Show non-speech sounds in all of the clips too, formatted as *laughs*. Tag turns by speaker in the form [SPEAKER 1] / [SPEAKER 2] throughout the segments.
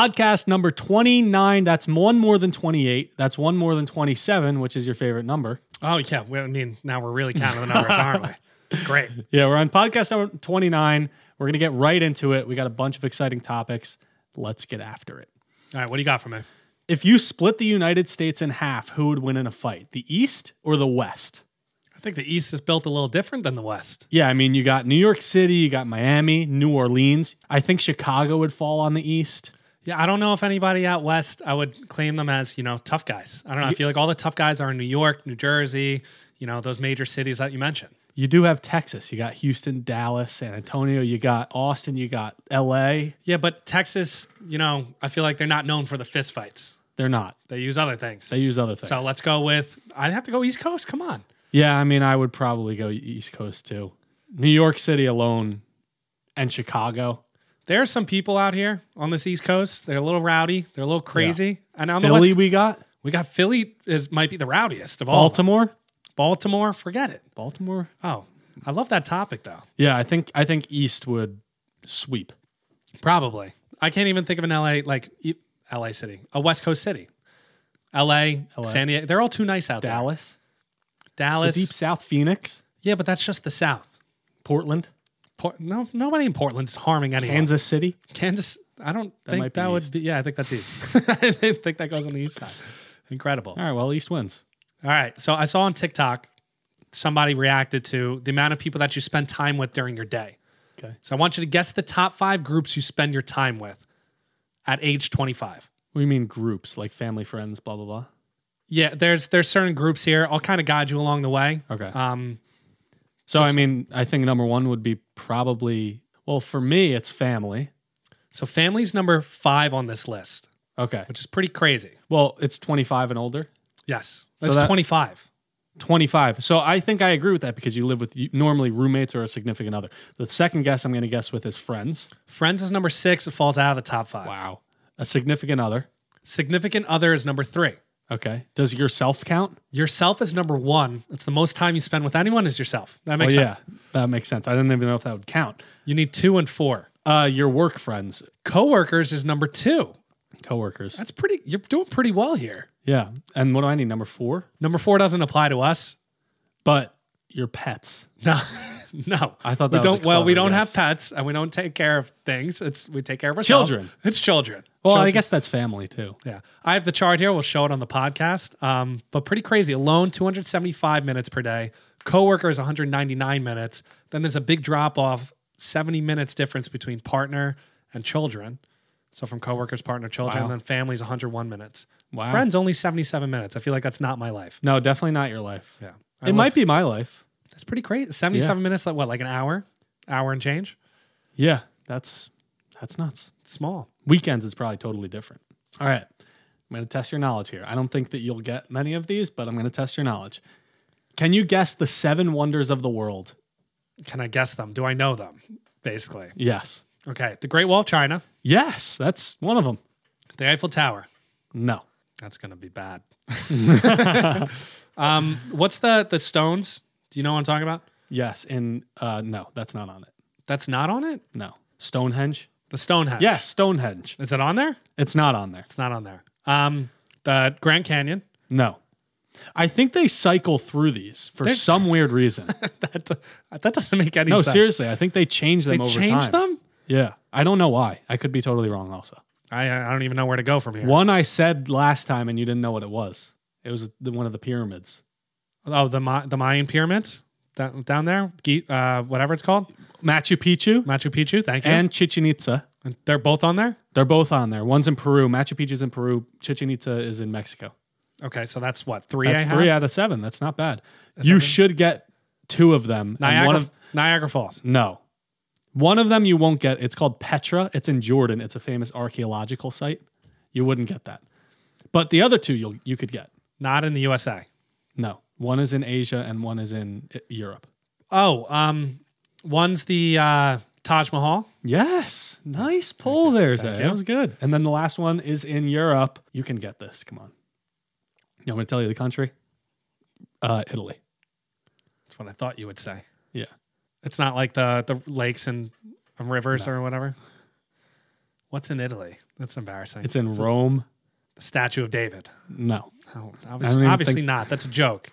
[SPEAKER 1] Podcast number 29. That's one more than 28. That's one more than 27, which is your favorite number.
[SPEAKER 2] Oh yeah, well, I mean now we're really counting the numbers, aren't we? Great.
[SPEAKER 1] Yeah, we're on podcast number 29. We're going to get right into it. We got a bunch of exciting topics. Let's get after it.
[SPEAKER 2] All right, what do you got for me?
[SPEAKER 1] If you split the United States in half, who would win in a fight? The East or the West?
[SPEAKER 2] I think the East is built a little different than the West.
[SPEAKER 1] Yeah, I mean, you got New York City, you got Miami, New Orleans. I think Chicago would fall on the East.
[SPEAKER 2] Yeah, I don't know if anybody out west I would claim them as, you know, tough guys. I don't know. I feel like all the tough guys are in New York, New Jersey, you know, those major cities that you mentioned.
[SPEAKER 1] You do have Texas. You got Houston, Dallas, San Antonio. You got Austin. You got LA.
[SPEAKER 2] Yeah, but Texas, you know, I feel like they're not known for the fist fights.
[SPEAKER 1] They're not.
[SPEAKER 2] They use other things.
[SPEAKER 1] They use other things.
[SPEAKER 2] so let's go with I have to go East Coast. Come on.
[SPEAKER 1] yeah, I mean, I would probably go East Coast too. New York City alone and Chicago.
[SPEAKER 2] There are some people out here on this East Coast. They're a little rowdy. They're a little crazy. And on the
[SPEAKER 1] Philly,
[SPEAKER 2] West,
[SPEAKER 1] we got
[SPEAKER 2] we got Philly is might be the rowdiest of all. of them.
[SPEAKER 1] Baltimore.
[SPEAKER 2] Baltimore, forget it.
[SPEAKER 1] Baltimore.
[SPEAKER 2] Oh, I love that topic though.
[SPEAKER 1] Yeah, I think I think East would sweep.
[SPEAKER 2] Probably. I can't even think of an LA like e- LA city, a West Coast city. LA, San Diego. They're all too nice out
[SPEAKER 1] Dallas,
[SPEAKER 2] there.
[SPEAKER 1] the
[SPEAKER 2] Dallas.
[SPEAKER 1] Deep South, Phoenix,
[SPEAKER 2] yeah, but that's just the South.
[SPEAKER 1] Portland,
[SPEAKER 2] Por- no, nobody in Portland's harming anyone.
[SPEAKER 1] Kansas City.
[SPEAKER 2] Kansas. I don't
[SPEAKER 1] might
[SPEAKER 2] think
[SPEAKER 1] be
[SPEAKER 2] that would. Be, yeah, I think that's east. *laughs* I didn't think that goes on the east side. Incredible.
[SPEAKER 1] All right, well, East wins.
[SPEAKER 2] All right. So I saw on TikTok somebody reacted to the amount of people that you spend time with during your day.
[SPEAKER 1] Okay.
[SPEAKER 2] So I want you to guess the top five groups you spend your time with at age 25.
[SPEAKER 1] We mean groups like family, friends, blah blah blah.
[SPEAKER 2] Yeah, there's there's certain groups here. I'll kind of guide you along the way.
[SPEAKER 1] Okay.
[SPEAKER 2] Um,
[SPEAKER 1] Uh, So I mean, I think number one would be probably well for me, it's family.
[SPEAKER 2] so family's number five on this list,
[SPEAKER 1] Okay.
[SPEAKER 2] which is pretty crazy.
[SPEAKER 1] Well, it's 25 and older.
[SPEAKER 2] Yes,
[SPEAKER 1] So
[SPEAKER 2] that's
[SPEAKER 1] that-
[SPEAKER 2] 25.
[SPEAKER 1] 25. So I think I agree with that because you live with you- normally roommates or a significant other. The second guess I'm going to guess with is friends.
[SPEAKER 2] Friends is number six. It falls out of the top five.
[SPEAKER 1] Wow. A significant other.
[SPEAKER 2] Significant other is number three.
[SPEAKER 1] Okay. Does yourself count?
[SPEAKER 2] Yourself is number one. It's the most time you spend with anyone is yourself. That makes
[SPEAKER 1] oh,
[SPEAKER 2] sense.
[SPEAKER 1] yeah. That makes sense. I didn't even know if that would count.
[SPEAKER 2] You need two and four.
[SPEAKER 1] Uh, your work friends,
[SPEAKER 2] Coworkers is number two.
[SPEAKER 1] coworkers.
[SPEAKER 2] That's pretty. You're doing pretty well here.
[SPEAKER 1] yeah. And what do I need? Number four?
[SPEAKER 2] Number four doesn't apply to us.
[SPEAKER 1] But your pets.
[SPEAKER 2] No, *laughs* no.
[SPEAKER 1] I thought
[SPEAKER 2] we
[SPEAKER 1] that was
[SPEAKER 2] don't.
[SPEAKER 1] a
[SPEAKER 2] well, we
[SPEAKER 1] clever
[SPEAKER 2] don't have
[SPEAKER 1] guess.
[SPEAKER 2] pets, and we don't take care of things. It's we take care of ourselves.
[SPEAKER 1] Children.
[SPEAKER 2] It's children.
[SPEAKER 1] Well, I
[SPEAKER 2] Children.
[SPEAKER 1] guess that's family too.
[SPEAKER 2] Yeah, I have the chart here. We'll show it on the podcast. Um, but pretty crazy. Alone, 275 minutes per day. Coworkers, 199 minutes. Then there's a big drop off, 70 minutes difference between partner and children. So from coworkers, partner, children,
[SPEAKER 1] Wow.
[SPEAKER 2] and then families, 101 minutes.
[SPEAKER 1] Wow.
[SPEAKER 2] Friends, only 77 minutes. I feel like that's not my life.
[SPEAKER 1] No, definitely not your life.
[SPEAKER 2] Yeah,
[SPEAKER 1] it might be my life.
[SPEAKER 2] That's pretty crazy. 77 minutes, like what, like an hour, hour and change.
[SPEAKER 1] Yeah. That's that's nuts.
[SPEAKER 2] It's small.
[SPEAKER 1] Weekends is probably totally different. All right. I'm going to test your knowledge here. I don't think that you'll get many of these, but I'm going to test your knowledge. Can you guess the seven wonders of the world?
[SPEAKER 2] Can I guess them? Do I know them? Basically.
[SPEAKER 1] Yes.
[SPEAKER 2] Okay. The Great Wall of China,
[SPEAKER 1] Yes. That's one of them.
[SPEAKER 2] the Eiffel Tower.
[SPEAKER 1] No.
[SPEAKER 2] That's gonna be bad. *laughs* um, what's the the stones? Do you know what I'm talking about?
[SPEAKER 1] Yes. And uh, no, that's not on it.
[SPEAKER 2] That's not on it.
[SPEAKER 1] No. Stonehenge?
[SPEAKER 2] The Stonehenge.
[SPEAKER 1] Yes, Stonehenge.
[SPEAKER 2] Is it on there?
[SPEAKER 1] It's not on there.
[SPEAKER 2] It's not on there. Um, the Grand Canyon. *laughs*
[SPEAKER 1] No. I think they cycle through these for some weird
[SPEAKER 2] *laughs*
[SPEAKER 1] reason.
[SPEAKER 2] That do- that doesn't make any
[SPEAKER 1] No,
[SPEAKER 2] sense.
[SPEAKER 1] seriously, I think they change them
[SPEAKER 2] They
[SPEAKER 1] over time.
[SPEAKER 2] changed them.
[SPEAKER 1] Yeah. I don't know why. I could be totally wrong also.
[SPEAKER 2] I I don't even know where to go from here.
[SPEAKER 1] One I said last time and you didn't know what it was. It was the, one of the pyramids.
[SPEAKER 2] Oh, the Ma- the Mayan pyramids down down there. Ge- uh, whatever it's called,
[SPEAKER 1] Machu Picchu
[SPEAKER 2] Machu Picchu. Thank you.
[SPEAKER 1] and Chichen Itza.
[SPEAKER 2] And they're both on there.
[SPEAKER 1] They're both on there. One's in Peru. Machu Picchu's in Peru. Chichen Itza is in Mexico.
[SPEAKER 2] Okay, so that's what three.
[SPEAKER 1] That's
[SPEAKER 2] I
[SPEAKER 1] three
[SPEAKER 2] have?
[SPEAKER 1] out of seven. That's not bad. you should get two of them. And
[SPEAKER 2] Niagara,
[SPEAKER 1] one of
[SPEAKER 2] Niagara Falls.
[SPEAKER 1] no. One of them you won't get. It's called Petra. It's in Jordan. It's a famous archaeological site. You wouldn't get that. But the other two you'll you could get.
[SPEAKER 2] Not in the USA.
[SPEAKER 1] No. One is in Asia and one is in uh, Europe.
[SPEAKER 2] Oh, um, one's the uh, Taj Mahal.
[SPEAKER 1] Yes. Nice pull there, Zay.
[SPEAKER 2] you.
[SPEAKER 1] That was good. And then the last one is in Europe. You can get this. Come on. You want me to tell you the country? Uh, Italy.
[SPEAKER 2] That's what I thought you would say.
[SPEAKER 1] Yeah.
[SPEAKER 2] It's not like the the lakes and and rivers or whatever. What's in Italy? That's embarrassing.
[SPEAKER 1] It's in Rome.
[SPEAKER 2] Statue of David.
[SPEAKER 1] No,
[SPEAKER 2] Oh,
[SPEAKER 1] I don't
[SPEAKER 2] obviously,
[SPEAKER 1] even
[SPEAKER 2] obviously
[SPEAKER 1] think-
[SPEAKER 2] not. That's a joke.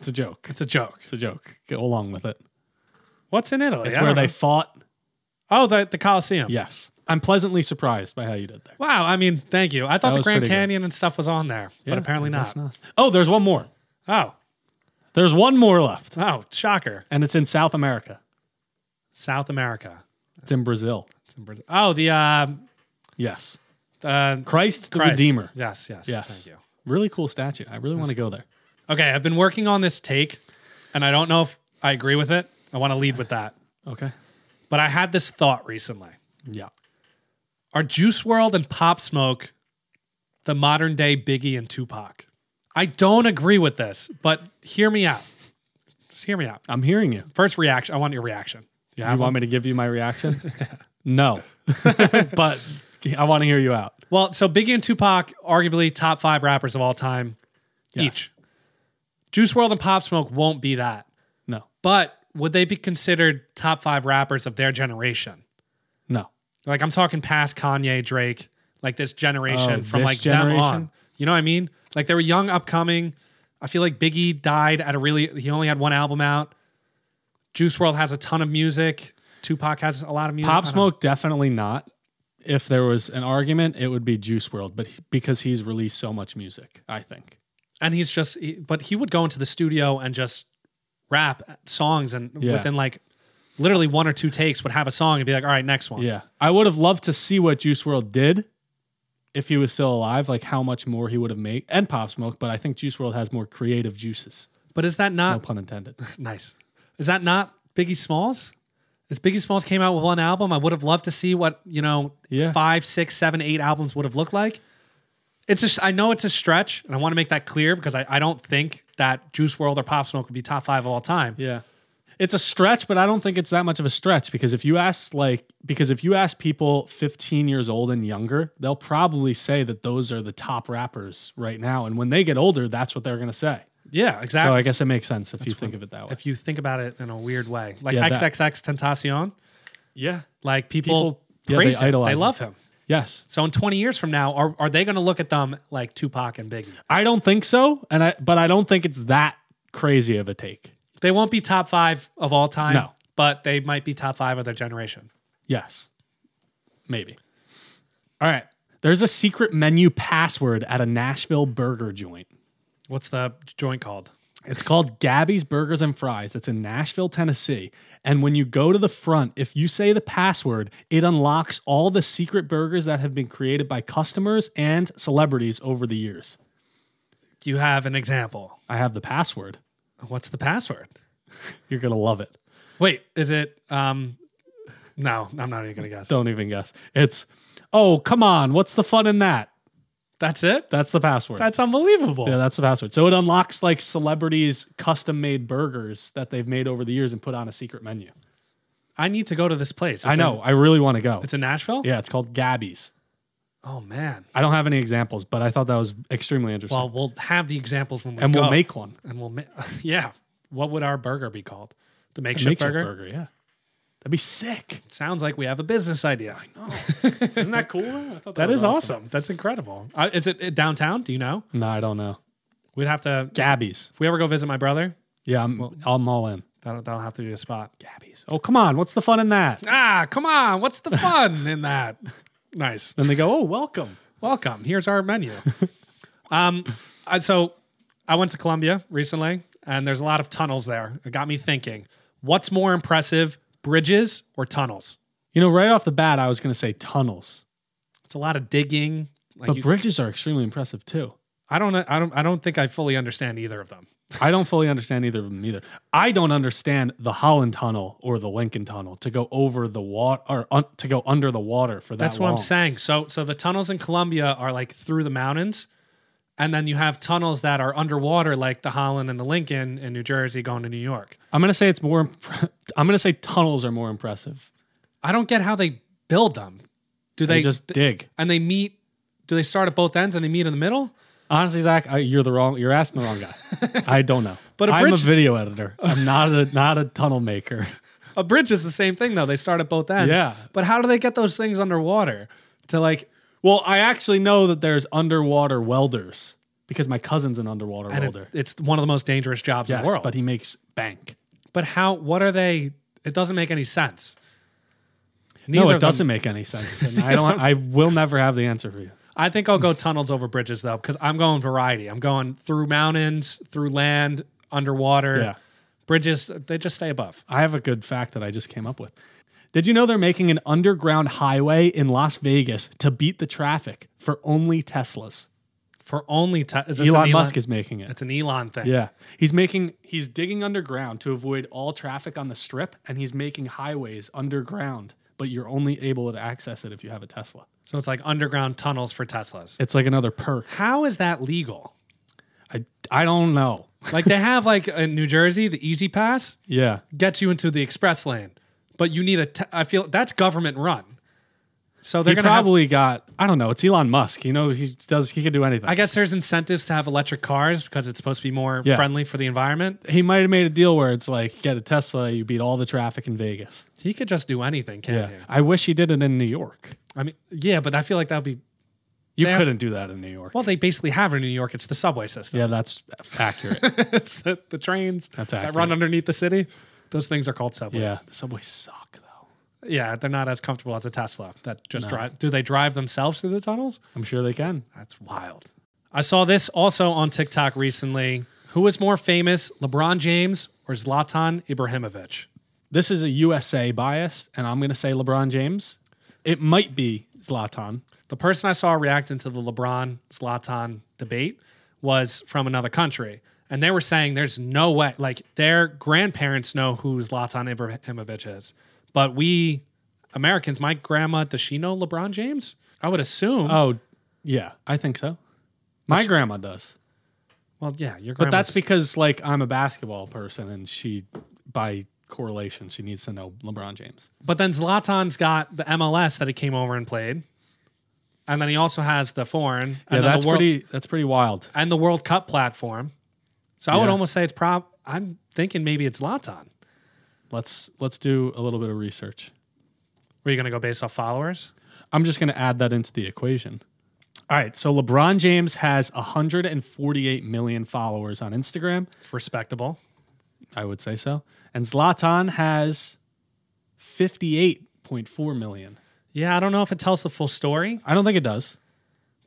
[SPEAKER 1] it's a joke.
[SPEAKER 2] It's a joke.
[SPEAKER 1] It's a joke. Go along with it.
[SPEAKER 2] What's in Italy?
[SPEAKER 1] It's
[SPEAKER 2] I
[SPEAKER 1] where
[SPEAKER 2] don't
[SPEAKER 1] they
[SPEAKER 2] know.
[SPEAKER 1] fought.
[SPEAKER 2] oh, the the Colosseum.
[SPEAKER 1] Yes, I'm pleasantly surprised by how you did there.
[SPEAKER 2] Wow. I mean, thank you. I thought the
[SPEAKER 1] was
[SPEAKER 2] Grand
[SPEAKER 1] pretty good.
[SPEAKER 2] Canyon and stuff was on there, but apparently
[SPEAKER 1] I guess
[SPEAKER 2] not.
[SPEAKER 1] Oh, there's one more.
[SPEAKER 2] Oh,
[SPEAKER 1] There's one more left,
[SPEAKER 2] oh, shocker.
[SPEAKER 1] and it's in South America.
[SPEAKER 2] South America.
[SPEAKER 1] It's in Brazil.
[SPEAKER 2] It's in Brazil. Oh, the uh,
[SPEAKER 1] Yes,
[SPEAKER 2] uh,
[SPEAKER 1] Christ the
[SPEAKER 2] Christ.
[SPEAKER 1] Redeemer.
[SPEAKER 2] Yes, yes.
[SPEAKER 1] Yes.
[SPEAKER 2] Thank you.
[SPEAKER 1] Really cool statue. I really want to go there.
[SPEAKER 2] Okay, I've been working on this take, and I don't know if I agree with it. I want to lead with that.
[SPEAKER 1] Okay.
[SPEAKER 2] But I had this thought recently.
[SPEAKER 1] Yeah.
[SPEAKER 2] Are Juice World and Pop Smoke the modern day Biggie and Tupac? I don't agree with this, but hear me out. Just hear me out.
[SPEAKER 1] I'm hearing you.
[SPEAKER 2] First reaction, I want your reaction.
[SPEAKER 1] You
[SPEAKER 2] You have
[SPEAKER 1] want
[SPEAKER 2] one?
[SPEAKER 1] me to give you my
[SPEAKER 2] *laughs*
[SPEAKER 1] reaction? no. but I want to hear you out.
[SPEAKER 2] Well, so Biggie and Tupac, arguably top five rappers of all time each. Juice World and Pop Smoke won't be that.
[SPEAKER 1] No.
[SPEAKER 2] But would they be considered top five rappers of their generation?
[SPEAKER 1] No.
[SPEAKER 2] Like I'm talking past Kanye, Drake, like this generation
[SPEAKER 1] Oh,
[SPEAKER 2] from
[SPEAKER 1] this
[SPEAKER 2] like them
[SPEAKER 1] generation?
[SPEAKER 2] on. You know what I mean? Like they were young, upcoming. I feel like Biggie died at a really. He only had one album out. Juice World has a ton of music. Tupac has a lot of music.
[SPEAKER 1] Pop
[SPEAKER 2] I don't-
[SPEAKER 1] Smoke definitely not. If there was an argument, it would be Juice World, but he- because he's released so much music, I think.
[SPEAKER 2] and he's just. he- but he would go into the studio and just rap songs, and
[SPEAKER 1] Yeah.
[SPEAKER 2] within like literally one or two takes would have a song and be like, "All right, next one."
[SPEAKER 1] Yeah. I would have loved to see what Juice World did if he was still alive, like how much more he would have made and Pop Smoke, but I think Juice World has more creative juices.
[SPEAKER 2] But is that
[SPEAKER 1] No
[SPEAKER 2] not
[SPEAKER 1] pun intended.
[SPEAKER 2] Nice. Is that not Biggie Smalls? As Biggie Smalls came out with one album, I would have loved to see what, you know,
[SPEAKER 1] Yeah.
[SPEAKER 2] five, six, seven, eight albums would have looked like. It's just I know it's a stretch, and I want to make that clear because I, I don't think that Juice World or Pop Smoke would be top five of all time.
[SPEAKER 1] Yeah. It's a stretch, but I don't think it's that much of a stretch because if you ask like because if you ask people 15 years old and younger, they'll probably say that those are the top rappers right now and when they get older, that's what they're going to say.
[SPEAKER 2] Yeah, exactly.
[SPEAKER 1] So I guess it makes sense if you think of it that way.
[SPEAKER 2] if you think about it in a weird way. Like
[SPEAKER 1] Yeah, that-
[SPEAKER 2] XXX Tentacion,
[SPEAKER 1] yeah.
[SPEAKER 2] like people,
[SPEAKER 1] People- yeah, they
[SPEAKER 2] praise him.
[SPEAKER 1] idolize
[SPEAKER 2] They
[SPEAKER 1] him.
[SPEAKER 2] love him.
[SPEAKER 1] Yes.
[SPEAKER 2] So in 20 years from now, are, are they gonna look at them like Tupac and Biggie?
[SPEAKER 1] I don't think so, and I but I don't think it's that crazy of a take.
[SPEAKER 2] They won't be top five of all time.
[SPEAKER 1] No.
[SPEAKER 2] But they might be top five of their generation.
[SPEAKER 1] Yes. Maybe. All right. There's a secret menu password at a Nashville burger joint.
[SPEAKER 2] What's the joint called?
[SPEAKER 1] It's called Gabby's Burgers and Fries. It's in Nashville, Tennessee. And when you go to the front, if you say the password, it unlocks all the secret burgers that have been created by customers and celebrities over the years.
[SPEAKER 2] You have an example.
[SPEAKER 1] I have the password.
[SPEAKER 2] What's the password?
[SPEAKER 1] You're going to love it.
[SPEAKER 2] Wait, is it um no, I'm not even gonna guess.
[SPEAKER 1] Don't even guess. It's, oh, come on. What's the fun in that?
[SPEAKER 2] That's it?
[SPEAKER 1] That's the password.
[SPEAKER 2] That's unbelievable.
[SPEAKER 1] yeah, that's the password. So it unlocks like celebrities' custom made burgers that they've made over the years and put on a secret menu.
[SPEAKER 2] I need to go to this place. It's
[SPEAKER 1] I know.
[SPEAKER 2] In,
[SPEAKER 1] I really want to go.
[SPEAKER 2] it's in Nashville?
[SPEAKER 1] yeah, it's called Gabby's.
[SPEAKER 2] Oh man.
[SPEAKER 1] I don't have any examples, but I thought that was extremely interesting.
[SPEAKER 2] Well, we'll have the examples when we
[SPEAKER 1] and
[SPEAKER 2] go.
[SPEAKER 1] we'll make one.
[SPEAKER 2] and we'll make *laughs* yeah. What would our burger be called? The makeshift,
[SPEAKER 1] Makeshift
[SPEAKER 2] burger?
[SPEAKER 1] yeah. That'd be sick.
[SPEAKER 2] Sounds like we have a business idea.
[SPEAKER 1] *laughs* Isn't that cool? I thought
[SPEAKER 2] That is awesome. That's incredible. Uh, is it uh, downtown? Do you know?
[SPEAKER 1] No, I don't know.
[SPEAKER 2] We'd have to
[SPEAKER 1] Gabby's.
[SPEAKER 2] If we ever go visit my brother,
[SPEAKER 1] Yeah, I'm, I'm all in.
[SPEAKER 2] that'll, that'll have to be a spot.
[SPEAKER 1] Gabby's. Oh, come on. What's the fun in that?
[SPEAKER 2] Ah, come on. What's the fun in that? *laughs* Nice.
[SPEAKER 1] Then they go, oh, welcome.
[SPEAKER 2] Welcome. Here's our menu. um, I, so I went to Columbia recently, and there's a lot of tunnels there. It got me thinking what's more impressive, bridges or tunnels?
[SPEAKER 1] You know, right off the bat, I was going to say tunnels,
[SPEAKER 2] It's a lot of digging. Like
[SPEAKER 1] but
[SPEAKER 2] you,
[SPEAKER 1] bridges are extremely impressive too.
[SPEAKER 2] I don't, I don't, I don't think I fully understand either of them.
[SPEAKER 1] I don't fully understand either of them either. I don't understand the Holland Tunnel or the Lincoln Tunnel to go over the water or un- to go under the water for that
[SPEAKER 2] That's what I'm
[SPEAKER 1] long.
[SPEAKER 2] saying. So, so the tunnels in Colombia are like through the mountains, and then you have tunnels that are underwater, like the Holland and the Lincoln in New Jersey going to New York.
[SPEAKER 1] I'm going to say it's more. Imp- *laughs* I'm going to say tunnels are more impressive.
[SPEAKER 2] I don't get how they build them. Do
[SPEAKER 1] They,
[SPEAKER 2] they
[SPEAKER 1] just dig.
[SPEAKER 2] and they meet? Do they start at both ends and they meet in the middle?
[SPEAKER 1] Honestly, Zach, I, you're the wrong. You're asking the wrong *laughs* guy. I don't know.
[SPEAKER 2] But a
[SPEAKER 1] i I'm a
[SPEAKER 2] bridge-
[SPEAKER 1] video editor. I'm not a not a tunnel maker.
[SPEAKER 2] A bridge is the same thing though. They start at both ends.
[SPEAKER 1] Yeah.
[SPEAKER 2] But how do they get those things underwater to like
[SPEAKER 1] Well, I actually know that there's underwater welders because my cousin's an underwater
[SPEAKER 2] And it-
[SPEAKER 1] welder.
[SPEAKER 2] it's one of the most dangerous jobs in
[SPEAKER 1] yes,
[SPEAKER 2] the world.
[SPEAKER 1] but he makes bank.
[SPEAKER 2] But how? What are they? It doesn't make any sense.
[SPEAKER 1] no,
[SPEAKER 2] Neither
[SPEAKER 1] it
[SPEAKER 2] of them-
[SPEAKER 1] doesn't make any *laughs* sense. And I don't. I will never have the answer for you.
[SPEAKER 2] I think I'll go tunnels over bridges though, because I'm going variety. I'm going through mountains, through land, underwater.
[SPEAKER 1] Yeah.
[SPEAKER 2] Bridges, they just stay above.
[SPEAKER 1] I have a good fact that I just came up with. Did you know they're making an underground highway in Las Vegas to beat the traffic for only Teslas?
[SPEAKER 2] For only te- is this an
[SPEAKER 1] Elon Musk is making it.
[SPEAKER 2] It's an Elon thing.
[SPEAKER 1] Yeah. He's making he's digging underground to avoid all traffic on the strip and he's making highways underground, but you're only able to access it if you have a Tesla.
[SPEAKER 2] So it's like underground tunnels for Teslas.
[SPEAKER 1] It's like another perk.
[SPEAKER 2] How is that legal?
[SPEAKER 1] I I don't know. *laughs*
[SPEAKER 2] Like they have like in New Jersey, the Easy Pass
[SPEAKER 1] Yeah.
[SPEAKER 2] gets you into the express lane, but you need a. Te- I feel that's government run. So they're
[SPEAKER 1] he
[SPEAKER 2] gonna have-
[SPEAKER 1] probably got I don't know, it's Elon Musk. You know, he does he could do anything.
[SPEAKER 2] I guess there's incentives to have electric cars because it's supposed to be more
[SPEAKER 1] Yeah.
[SPEAKER 2] friendly for the environment.
[SPEAKER 1] he might have made a deal where it's like get a Tesla, you beat all the traffic in Vegas.
[SPEAKER 2] He could just do anything, can't he?
[SPEAKER 1] I wish he did it in New York.
[SPEAKER 2] I mean, yeah, but I feel like that would be
[SPEAKER 1] You
[SPEAKER 2] Yeah.
[SPEAKER 1] couldn't do that in New York.
[SPEAKER 2] well. They basically have it in New York. It's the subway system.
[SPEAKER 1] yeah, that's accurate.
[SPEAKER 2] *laughs* it's the, the trains
[SPEAKER 1] That's
[SPEAKER 2] that
[SPEAKER 1] accurate.
[SPEAKER 2] run underneath the city. Those things are called subways.
[SPEAKER 1] yeah. The subways suck though.
[SPEAKER 2] Yeah, they're not as comfortable as a Tesla that just drive. Do they drive themselves through the tunnels?
[SPEAKER 1] I'm sure they can.
[SPEAKER 2] That's wild. I saw this also on TikTok recently. Who is more famous, LeBron James or Zlatan Ibrahimovic?
[SPEAKER 1] this is a USA bias, and I'm going to say LeBron James. It might be Zlatan.
[SPEAKER 2] The person I saw reacting to the LeBron Zlatan debate was from another country. And they were saying there's no way, like their grandparents know who Zlatan Ibrahimovic is. But we Americans, my grandma, does she know LeBron James? I would assume.
[SPEAKER 1] Oh, yeah, I think so. My grandma does,
[SPEAKER 2] well, yeah, your
[SPEAKER 1] but
[SPEAKER 2] grandma.
[SPEAKER 1] that's because like I'm a basketball person, and she, by correlation, she needs to know LeBron James.
[SPEAKER 2] But then Zlatan's got the MLS that he came over and played, and then he also has the foreign. And
[SPEAKER 1] Yeah,
[SPEAKER 2] then
[SPEAKER 1] that's
[SPEAKER 2] the World,
[SPEAKER 1] pretty. That's pretty wild.
[SPEAKER 2] And the World Cup platform. So I would
[SPEAKER 1] Yeah.
[SPEAKER 2] almost say it's prob. I'm thinking maybe it's Zlatan.
[SPEAKER 1] Let's let's do a little bit of research.
[SPEAKER 2] Were you going to go based off followers?
[SPEAKER 1] I'm just going to add that into the equation. All right, so LeBron James has 148 million followers on Instagram.
[SPEAKER 2] It's respectable.
[SPEAKER 1] I would say so. And Zlatan has 58.4 million.
[SPEAKER 2] Yeah, I don't know if it tells the full story,
[SPEAKER 1] I don't think it does.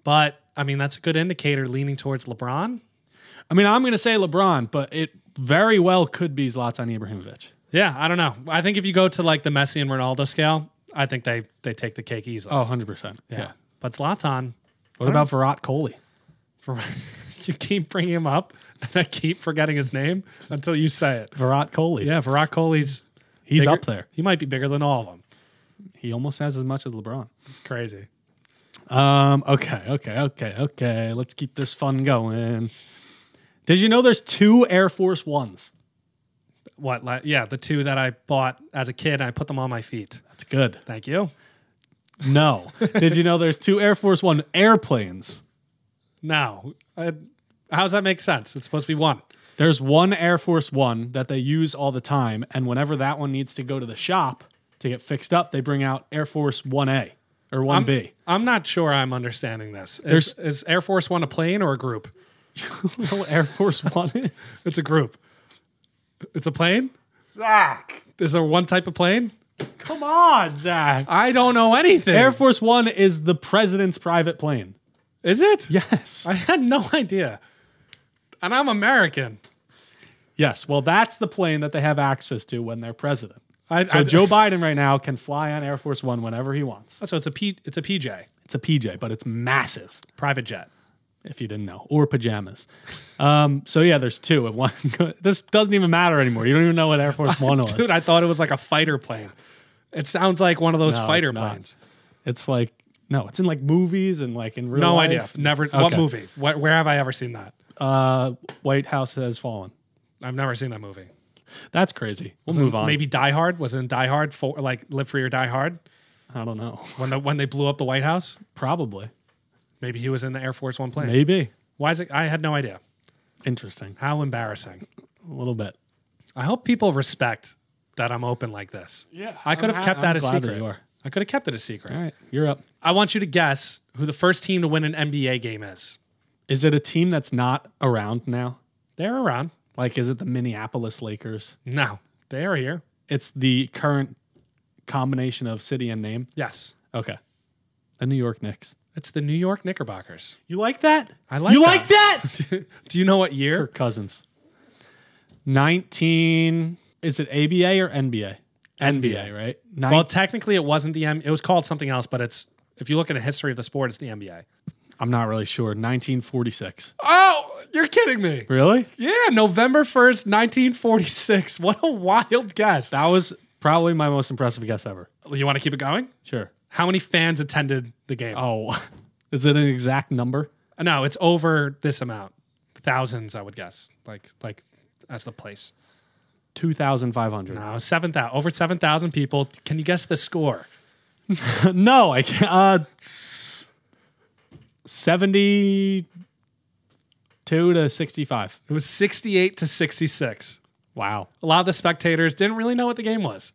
[SPEAKER 2] but I mean that's a good indicator leaning towards LeBron.
[SPEAKER 1] I mean, I'm going to say LeBron, but it very well could be Zlatan Ibrahimovic.
[SPEAKER 2] Yeah, I don't know. I think if you go to like the Messi and Ronaldo scale, I think they they take the cake easily.
[SPEAKER 1] Oh, 100%. Yeah.
[SPEAKER 2] But Zlatan,
[SPEAKER 1] What about Virat Kohli?
[SPEAKER 2] for, *laughs* you keep bringing him up, and I keep forgetting his name until you say it.
[SPEAKER 1] Virat Kohli.
[SPEAKER 2] Yeah, Virat Kohli's
[SPEAKER 1] He's
[SPEAKER 2] bigger-
[SPEAKER 1] up there.
[SPEAKER 2] He might be bigger than all of them.
[SPEAKER 1] He almost has as much as LeBron.
[SPEAKER 2] It's crazy.
[SPEAKER 1] Um, okay, okay, okay, okay. Let's keep this fun going. Did you know there's two Air Force Ones?
[SPEAKER 2] What? Like, yeah, the two that I bought as a kid, and I put them on my feet.
[SPEAKER 1] That's good.
[SPEAKER 2] Thank you.
[SPEAKER 1] *laughs* No. Did you know there's two Air Force One airplanes?
[SPEAKER 2] Now, I, how does that make sense? It's supposed to be one.
[SPEAKER 1] There's one Air Force One that they use all the time, and whenever that one needs to go to the shop to get fixed up, they bring out Air Force One A or One *laughs* B.
[SPEAKER 2] I'm not sure I'm understanding this. Is, is Air Force One a plane or a group?
[SPEAKER 1] Air Force One is
[SPEAKER 2] It's a group. It's a plane.
[SPEAKER 1] Zach.
[SPEAKER 2] Is there one type of plane?
[SPEAKER 1] Come on, Zach.
[SPEAKER 2] I don't know anything.
[SPEAKER 1] Air Force One is the president's private plane.
[SPEAKER 2] is it?
[SPEAKER 1] Yes.
[SPEAKER 2] I had no idea. And I'm American.
[SPEAKER 1] Yes. Well, that's the plane that they have access to when they're president.
[SPEAKER 2] I,
[SPEAKER 1] So
[SPEAKER 2] I-
[SPEAKER 1] Joe Biden right now can fly on Air Force One whenever he wants.
[SPEAKER 2] So it's a P, it's a PJ
[SPEAKER 1] It's a PJ, but it's massive.
[SPEAKER 2] private jet.
[SPEAKER 1] if you didn't know, or pajamas. Um, so yeah, there's two. If one, *laughs* this doesn't even matter anymore. You don't even know what Air Force One was.
[SPEAKER 2] Dude, *laughs* I thought it was like a fighter plane. It sounds like one of those
[SPEAKER 1] it's
[SPEAKER 2] fighter
[SPEAKER 1] not.
[SPEAKER 2] planes.
[SPEAKER 1] it's like no, it's in like movies and like in real
[SPEAKER 2] No
[SPEAKER 1] life.
[SPEAKER 2] idea. Never. What
[SPEAKER 1] Okay.
[SPEAKER 2] movie? What, where have I ever seen that?
[SPEAKER 1] Uh, White House has fallen.
[SPEAKER 2] I've never seen that movie.
[SPEAKER 1] That's crazy. We'll move on.
[SPEAKER 2] Maybe Die Hard was it in Die Hard for like Live Free or Die Hard
[SPEAKER 1] I don't know. *laughs*
[SPEAKER 2] when the when they blew up the White House.
[SPEAKER 1] Probably.
[SPEAKER 2] Maybe he was in the Air Force One plane.
[SPEAKER 1] Maybe.
[SPEAKER 2] Why is it? I had no idea.
[SPEAKER 1] Interesting.
[SPEAKER 2] How embarrassing.
[SPEAKER 1] A little bit.
[SPEAKER 2] I hope people respect that I'm open like this.
[SPEAKER 1] Yeah,
[SPEAKER 2] I could
[SPEAKER 1] I'm
[SPEAKER 2] have
[SPEAKER 1] ha-
[SPEAKER 2] kept that
[SPEAKER 1] I'm
[SPEAKER 2] a
[SPEAKER 1] glad that
[SPEAKER 2] secret.
[SPEAKER 1] you are.
[SPEAKER 2] I could have kept it a secret.
[SPEAKER 1] All right, you're up.
[SPEAKER 2] I want you to guess who the first team to win an NBA game is.
[SPEAKER 1] Is it a team that's not around now?
[SPEAKER 2] They're around.
[SPEAKER 1] Like, is it the Minneapolis Lakers?
[SPEAKER 2] No, they are here.
[SPEAKER 1] It's the current combination of city and name.
[SPEAKER 2] Yes,
[SPEAKER 1] Okay. The New York Knicks.
[SPEAKER 2] it's the New York Knickerbockers. *laughs*
[SPEAKER 1] You like that?
[SPEAKER 2] I like
[SPEAKER 1] You
[SPEAKER 2] that.
[SPEAKER 1] like that? *laughs*
[SPEAKER 2] Do you know what year?
[SPEAKER 1] Kirk Cousins. 19. Is it ABA or NBA? NBA, right? Nine,
[SPEAKER 2] Well, technically, it wasn't the M. It was called something else, but it's if you look at the history of the sport, it's the NBA.
[SPEAKER 1] I'm not really sure. 1946.
[SPEAKER 2] Oh, you're kidding me.
[SPEAKER 1] Really?
[SPEAKER 2] Yeah, November 1st, 1946. What a wild guess.
[SPEAKER 1] That was probably my most impressive guess ever.
[SPEAKER 2] You want to keep it going?
[SPEAKER 1] Sure.
[SPEAKER 2] How many fans attended the game?
[SPEAKER 1] Oh, *laughs* is it an exact number?
[SPEAKER 2] No, it's over this amount. Thousands, I would guess. Like like that's the place.
[SPEAKER 1] 2,500.
[SPEAKER 2] No, 7,000 over 7,000 people. Can you guess the score?
[SPEAKER 1] *laughs* No, I can't. Uh, s- 72 to 65.
[SPEAKER 2] It was 68 to 66.
[SPEAKER 1] Wow.
[SPEAKER 2] A lot of the spectators didn't really know what the game was.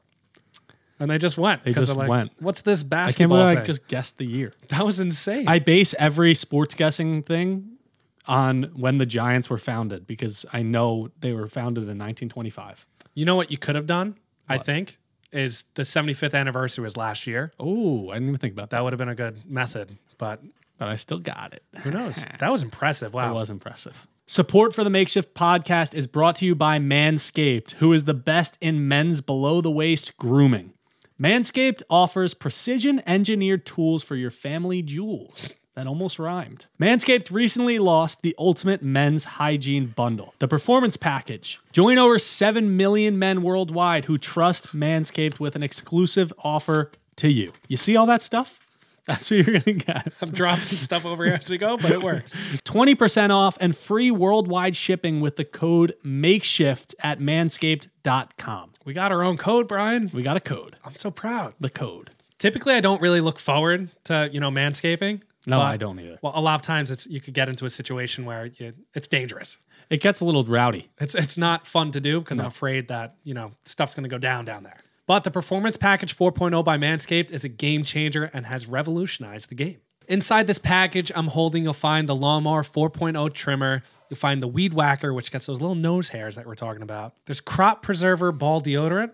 [SPEAKER 2] And they just went. They
[SPEAKER 1] just went.
[SPEAKER 2] What's this
[SPEAKER 1] I can't
[SPEAKER 2] basketball
[SPEAKER 1] believe I
[SPEAKER 2] thing?"
[SPEAKER 1] just guessed the year.
[SPEAKER 2] that was insane.
[SPEAKER 1] I base every sports guessing thing on when the Giants were founded because I know they were founded in 1925.
[SPEAKER 2] you know what you could have done? I think is the 75th anniversary was last year.
[SPEAKER 1] Oh, I didn't even think about that,
[SPEAKER 2] That would have been a good method, but
[SPEAKER 1] but I still got it.
[SPEAKER 2] who *laughs* knows? that was impressive. Wow.
[SPEAKER 1] That was impressive. Support for the Makeshift Podcast is brought to you by Manscaped, who is the best in men's below the waist grooming. Manscaped offers precision engineered tools for your family jewels. That almost rhymed. Manscaped recently lost the ultimate men's hygiene bundle, the performance package. Join over 7 million men worldwide who trust Manscaped with an exclusive offer to you. You see all that stuff? *laughs* That's what you're going to get.
[SPEAKER 2] I'm dropping *laughs* stuff over here as we go, but it works.
[SPEAKER 1] 20% off and free worldwide shipping with the code makeshift at manscaped.com.
[SPEAKER 2] *laughs* We got our own code, Brian.
[SPEAKER 1] We got a code.
[SPEAKER 2] I'm so proud.
[SPEAKER 1] The code.
[SPEAKER 2] Typically, I don't really look forward to you know manscaping.
[SPEAKER 1] No,
[SPEAKER 2] but-
[SPEAKER 1] I don't either.
[SPEAKER 2] Well, a lot of times it's you could get into a situation where you, it's dangerous.
[SPEAKER 1] It gets a little rowdy.
[SPEAKER 2] It's it's not fun to do because I'm afraid that you know stuff's going to go down down there. But the Performance Package 4.0 by Manscaped is a game changer and has revolutionized the game. Inside this package, I'm holding you'll find the Lawnmower 4.0 trimmer. You'll find the Weed Whacker, which gets those little nose hairs that we're talking about. There's Crop Preserver Ball Deodorant.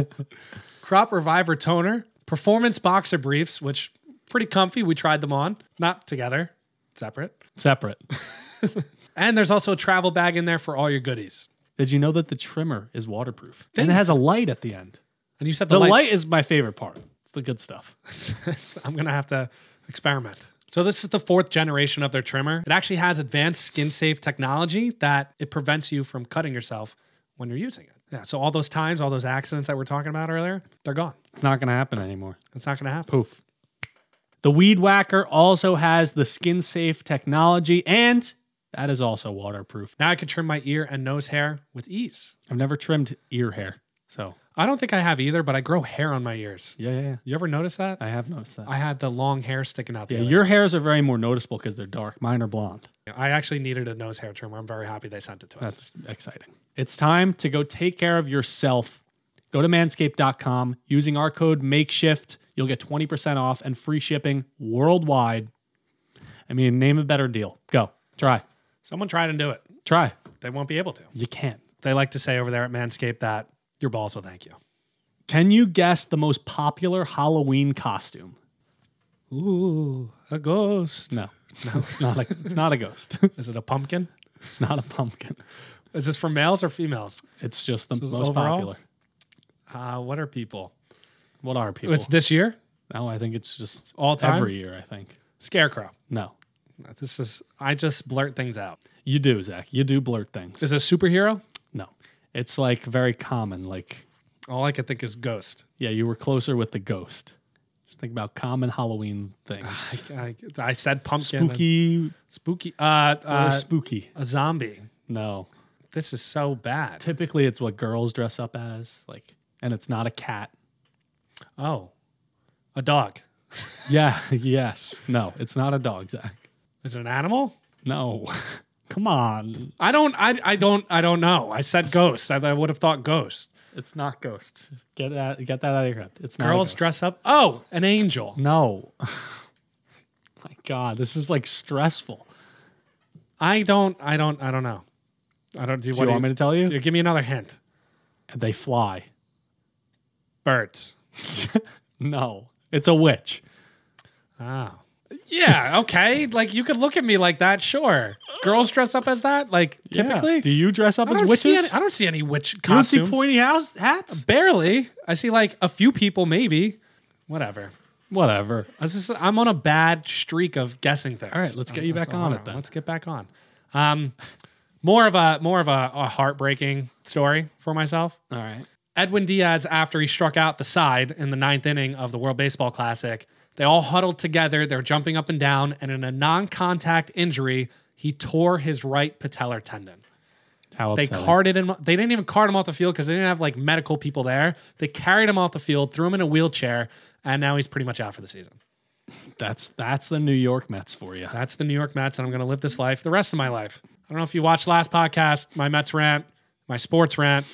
[SPEAKER 2] *laughs* Crop Reviver Toner, Performance Boxer Briefs, which pretty comfy. We tried them on, not together, separate.
[SPEAKER 1] *laughs* Separate.
[SPEAKER 2] And there's also a travel bag in there for all your goodies.
[SPEAKER 1] Did you know that the trimmer is waterproof? And it has a light at the end.
[SPEAKER 2] And you said the,
[SPEAKER 1] The light,
[SPEAKER 2] light. *laughs*
[SPEAKER 1] is my favorite part. It's the good stuff.
[SPEAKER 2] I'm gonna have to experiment. So this is the fourth generation of their trimmer. It actually has advanced skin safe technology that it prevents you from cutting yourself when you're using it. Yeah. So all those times, all those accidents that we are talking about earlier, they're gone.
[SPEAKER 1] It's not going to happen anymore.
[SPEAKER 2] It's not gonna happen.
[SPEAKER 1] Poof. The Weed Whacker also has the skin safe technology, and that is also waterproof.
[SPEAKER 2] Now I can trim my ear and nose hair with ease.
[SPEAKER 1] I've never trimmed ear hair. So,
[SPEAKER 2] I don't think I have either, but I grow hair on my ears.
[SPEAKER 1] yeah, yeah, yeah.
[SPEAKER 2] You ever notice that?
[SPEAKER 1] I have noticed that.
[SPEAKER 2] I had the long hair sticking out the
[SPEAKER 1] Yeah,
[SPEAKER 2] other
[SPEAKER 1] your hairs are very more noticeable because they're dark. Mine are blonde.
[SPEAKER 2] day. I actually needed a nose hair trimmer. I'm very happy they sent it to us.
[SPEAKER 1] That's exciting. It's time to go take care of yourself. Go to manscaped.com using our code makeshift. You'll get 20% off and free shipping worldwide. I mean, name a better deal. Go. Try.
[SPEAKER 2] Someone tried and do it.
[SPEAKER 1] Try.
[SPEAKER 2] They won't be able to.
[SPEAKER 1] You can't.
[SPEAKER 2] They like to say over there at Manscaped that your balls will thank you.
[SPEAKER 1] Can you guess the most popular Halloween costume?
[SPEAKER 2] Ooh, a ghost.
[SPEAKER 1] No. *laughs* No, it's not a it's not a ghost. *laughs*
[SPEAKER 2] Is it a pumpkin?
[SPEAKER 1] It's not a pumpkin.
[SPEAKER 2] Is this for males or females?
[SPEAKER 1] It's just the most
[SPEAKER 2] overall?
[SPEAKER 1] popular.
[SPEAKER 2] Uh, what are people?
[SPEAKER 1] What are people?
[SPEAKER 2] It's this year?
[SPEAKER 1] no, I think it's just
[SPEAKER 2] All time?
[SPEAKER 1] every year, I think.
[SPEAKER 2] Scarecrow.
[SPEAKER 1] No.
[SPEAKER 2] This is, I just blurt things out.
[SPEAKER 1] You do, Zach. You do blurt things.
[SPEAKER 2] Is it a superhero?
[SPEAKER 1] No. It's like very common. Like,
[SPEAKER 2] All I can think is ghost.
[SPEAKER 1] yeah, you were closer with the ghost. Just think about common Halloween things.
[SPEAKER 2] I, I said pumpkin. and-
[SPEAKER 1] Spooky
[SPEAKER 2] Spooky. Uh, uh,
[SPEAKER 1] or spooky.
[SPEAKER 2] a zombie.
[SPEAKER 1] No.
[SPEAKER 2] This is so bad.
[SPEAKER 1] Typically it's what girls dress up as, like and it's not a cat.
[SPEAKER 2] Oh, a dog.
[SPEAKER 1] Yeah, *laughs* yes. No, it's not a dog, Zach.
[SPEAKER 2] Is it an animal?
[SPEAKER 1] No. *laughs* Come on.
[SPEAKER 2] I don't. I, I don't. I don't know. I said ghost. I, I would have thought ghost.
[SPEAKER 1] It's not Ghost. Get that. Get that out of your head. It's not a
[SPEAKER 2] Girls
[SPEAKER 1] Ghost.
[SPEAKER 2] dress up. Oh, an angel.
[SPEAKER 1] *laughs* No. *laughs* My God, this is like stressful.
[SPEAKER 2] I don't. I don't. I don't know. I don't. Do,
[SPEAKER 1] Do you want me to tell you?
[SPEAKER 2] give me another hint.
[SPEAKER 1] They fly.
[SPEAKER 2] Birds.
[SPEAKER 1] No, it's a witch.
[SPEAKER 2] Oh. Yeah. Okay. like you could look at me like that. Sure. Girls dress up as that. Like
[SPEAKER 1] Yeah.
[SPEAKER 2] typically.
[SPEAKER 1] do you dress up
[SPEAKER 2] I
[SPEAKER 1] as
[SPEAKER 2] don't see
[SPEAKER 1] witches?
[SPEAKER 2] any, I don't see any witch
[SPEAKER 1] you don't
[SPEAKER 2] costumes.
[SPEAKER 1] see pointy house hats.
[SPEAKER 2] Barely. I see like a few people, maybe. Whatever.
[SPEAKER 1] Um, Whatever.
[SPEAKER 2] I was just, I'm on a bad streak of guessing things.
[SPEAKER 1] All right, let's get
[SPEAKER 2] Um,
[SPEAKER 1] you
[SPEAKER 2] that's
[SPEAKER 1] back
[SPEAKER 2] all.
[SPEAKER 1] on
[SPEAKER 2] Hold
[SPEAKER 1] it then.
[SPEAKER 2] Let's get back on. Um, more of a more of a, a heartbreaking story for myself.
[SPEAKER 1] All right.
[SPEAKER 2] Edwin Diaz, after he struck out the side in the ninth inning of the World Baseball Classic, they all huddled together. They're jumping up and down, and in a non-contact injury, he tore his right patellar tendon.
[SPEAKER 1] How
[SPEAKER 2] They
[SPEAKER 1] upsetting.
[SPEAKER 2] carted him. They didn't even cart him off the field because they didn't have like medical people there. They carried him off the field, threw him in a wheelchair, and now he's pretty much out for the season.
[SPEAKER 1] That's that's the New York Mets for you.
[SPEAKER 2] That's the New York Mets, and I'm going to live this life the rest of my life. I don't know if you watched last podcast, my Mets rant, my sports rant.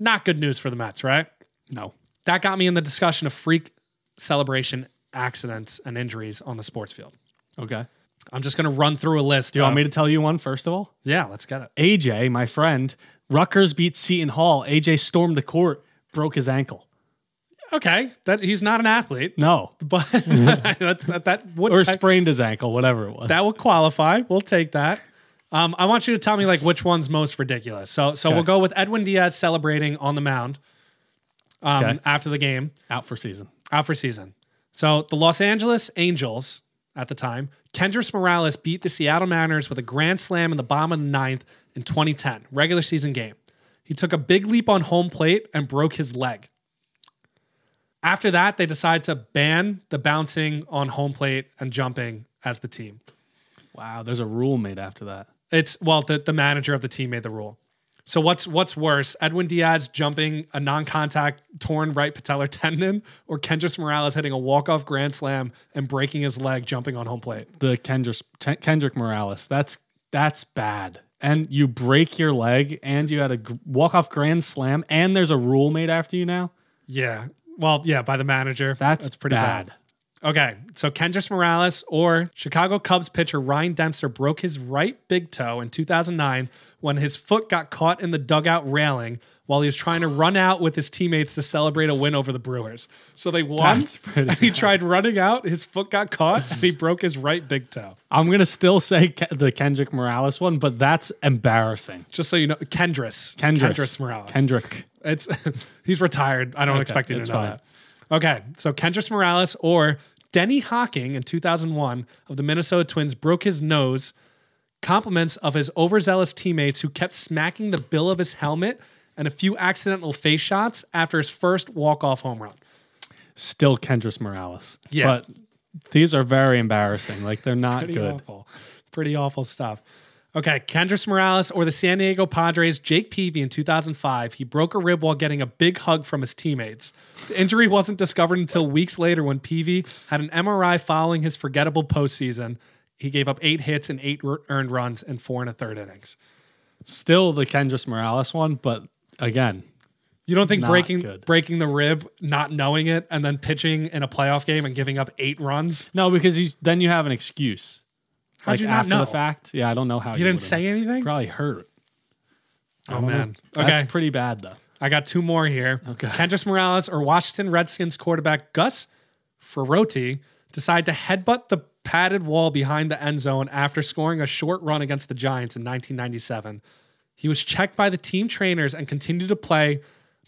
[SPEAKER 2] Not good news for the Mets, right?
[SPEAKER 1] No.
[SPEAKER 2] That got me in the discussion of freak celebration accidents and injuries on the sports field.
[SPEAKER 1] Okay.
[SPEAKER 2] I'm just going to run through a list.
[SPEAKER 1] Do you want me to tell you one first of all?
[SPEAKER 2] Yeah, let's get it.
[SPEAKER 1] AJ, my friend, Rutgers beat Seton Hall. AJ stormed the court, broke his ankle.
[SPEAKER 2] Okay, that he's not an athlete, *laughs*
[SPEAKER 1] No,
[SPEAKER 2] but *laughs* that, that that would
[SPEAKER 1] Mm-hmm. or
[SPEAKER 2] type-
[SPEAKER 1] sprained his ankle, whatever it was.
[SPEAKER 2] that would qualify. We'll take that. Um, I want you to tell me like which one's most ridiculous. So so we'll
[SPEAKER 1] Okay.
[SPEAKER 2] go with Edwin Diaz celebrating on the mound um,
[SPEAKER 1] Okay.
[SPEAKER 2] after the game.
[SPEAKER 1] Out for season.
[SPEAKER 2] out for season. So the Los Angeles Angels at the time, Kendrys Morales beat the Seattle Mariners with a grand slam in the bottom of the ninth in 2010, regular season game. He took a big leap on home plate and broke his leg. After that, they decided to ban the bouncing on home plate and jumping as the team.
[SPEAKER 1] Wow, there's a rule made after that.
[SPEAKER 2] It's well, the, the manager of the team made the rule. So what's what's worse, Edwin Diaz jumping a non-contact torn right patellar tendon, or Kendrys Morales hitting a walk-off grand slam and breaking his leg jumping on home plate?
[SPEAKER 1] The Kendrick Kendrick Morales. That's that's bad. And you break your leg, and you had a walk off grand slam, and there's a rule made after you now.
[SPEAKER 2] Yeah. Well, yeah, by the manager.
[SPEAKER 1] That's,
[SPEAKER 2] pretty bad. Okay, so Kendrys Morales or Chicago Cubs pitcher Ryan Dempster broke his right big toe in 2009 when his foot got caught in the dugout railing while he was trying to run out with his teammates to celebrate a win over the Brewers. So they won,
[SPEAKER 1] That's pretty
[SPEAKER 2] and *laughs* he tried running out. His foot got caught, and he broke his right big toe.
[SPEAKER 1] I'm gonna still say Ke- the Kendrick Morales one, but that's embarrassing.
[SPEAKER 2] Just so you know, Kendrys,
[SPEAKER 1] Kendrick
[SPEAKER 2] Morales,
[SPEAKER 1] Kendrick.
[SPEAKER 2] It's *laughs* he's retired. I don't expect you to know
[SPEAKER 1] it's
[SPEAKER 2] that. Okay, so Kendrys Morales or Denny Hocking in 2001 of the Minnesota Twins broke his nose. Compliments of his overzealous teammates who kept smacking the bill of his helmet and a few accidental face shots after his first walk-off home run.
[SPEAKER 1] Still Kendrick Morales.
[SPEAKER 2] Yeah.
[SPEAKER 1] But these are very embarrassing. Like they're not
[SPEAKER 2] Pretty
[SPEAKER 1] good.
[SPEAKER 2] awful. Pretty awful stuff. Okay, Kendrys Morales or the San Diego Padres, Jake Peavy in 2005. He broke a rib while getting a big hug from his teammates. The injury wasn't discovered until weeks later when Peavy had an MRI following his forgettable postseason. He gave up eight hits and eight r- earned runs in four and a third innings.
[SPEAKER 1] Still the Kendrick Morales one, but again,
[SPEAKER 2] You don't think
[SPEAKER 1] Not
[SPEAKER 2] breaking
[SPEAKER 1] good.
[SPEAKER 2] breaking the rib, not knowing it, and then pitching in a playoff game and giving up eight runs?
[SPEAKER 1] no, because you then you have an excuse.
[SPEAKER 2] How'd
[SPEAKER 1] like
[SPEAKER 2] you not
[SPEAKER 1] after
[SPEAKER 2] know?
[SPEAKER 1] the fact. Yeah, I don't know how
[SPEAKER 2] You didn't
[SPEAKER 1] would've-
[SPEAKER 2] say anything?
[SPEAKER 1] probably hurt. I
[SPEAKER 2] Oh
[SPEAKER 1] don't know.
[SPEAKER 2] man.
[SPEAKER 1] That's pretty bad though.
[SPEAKER 2] I got two more here.
[SPEAKER 1] Okay.
[SPEAKER 2] Kendrys Morales or Washington Redskins quarterback Gus Ferrotti decide to headbutt the padded wall behind the end zone after scoring a short run against the Giants in 1997. He was checked by the team trainers and continued to play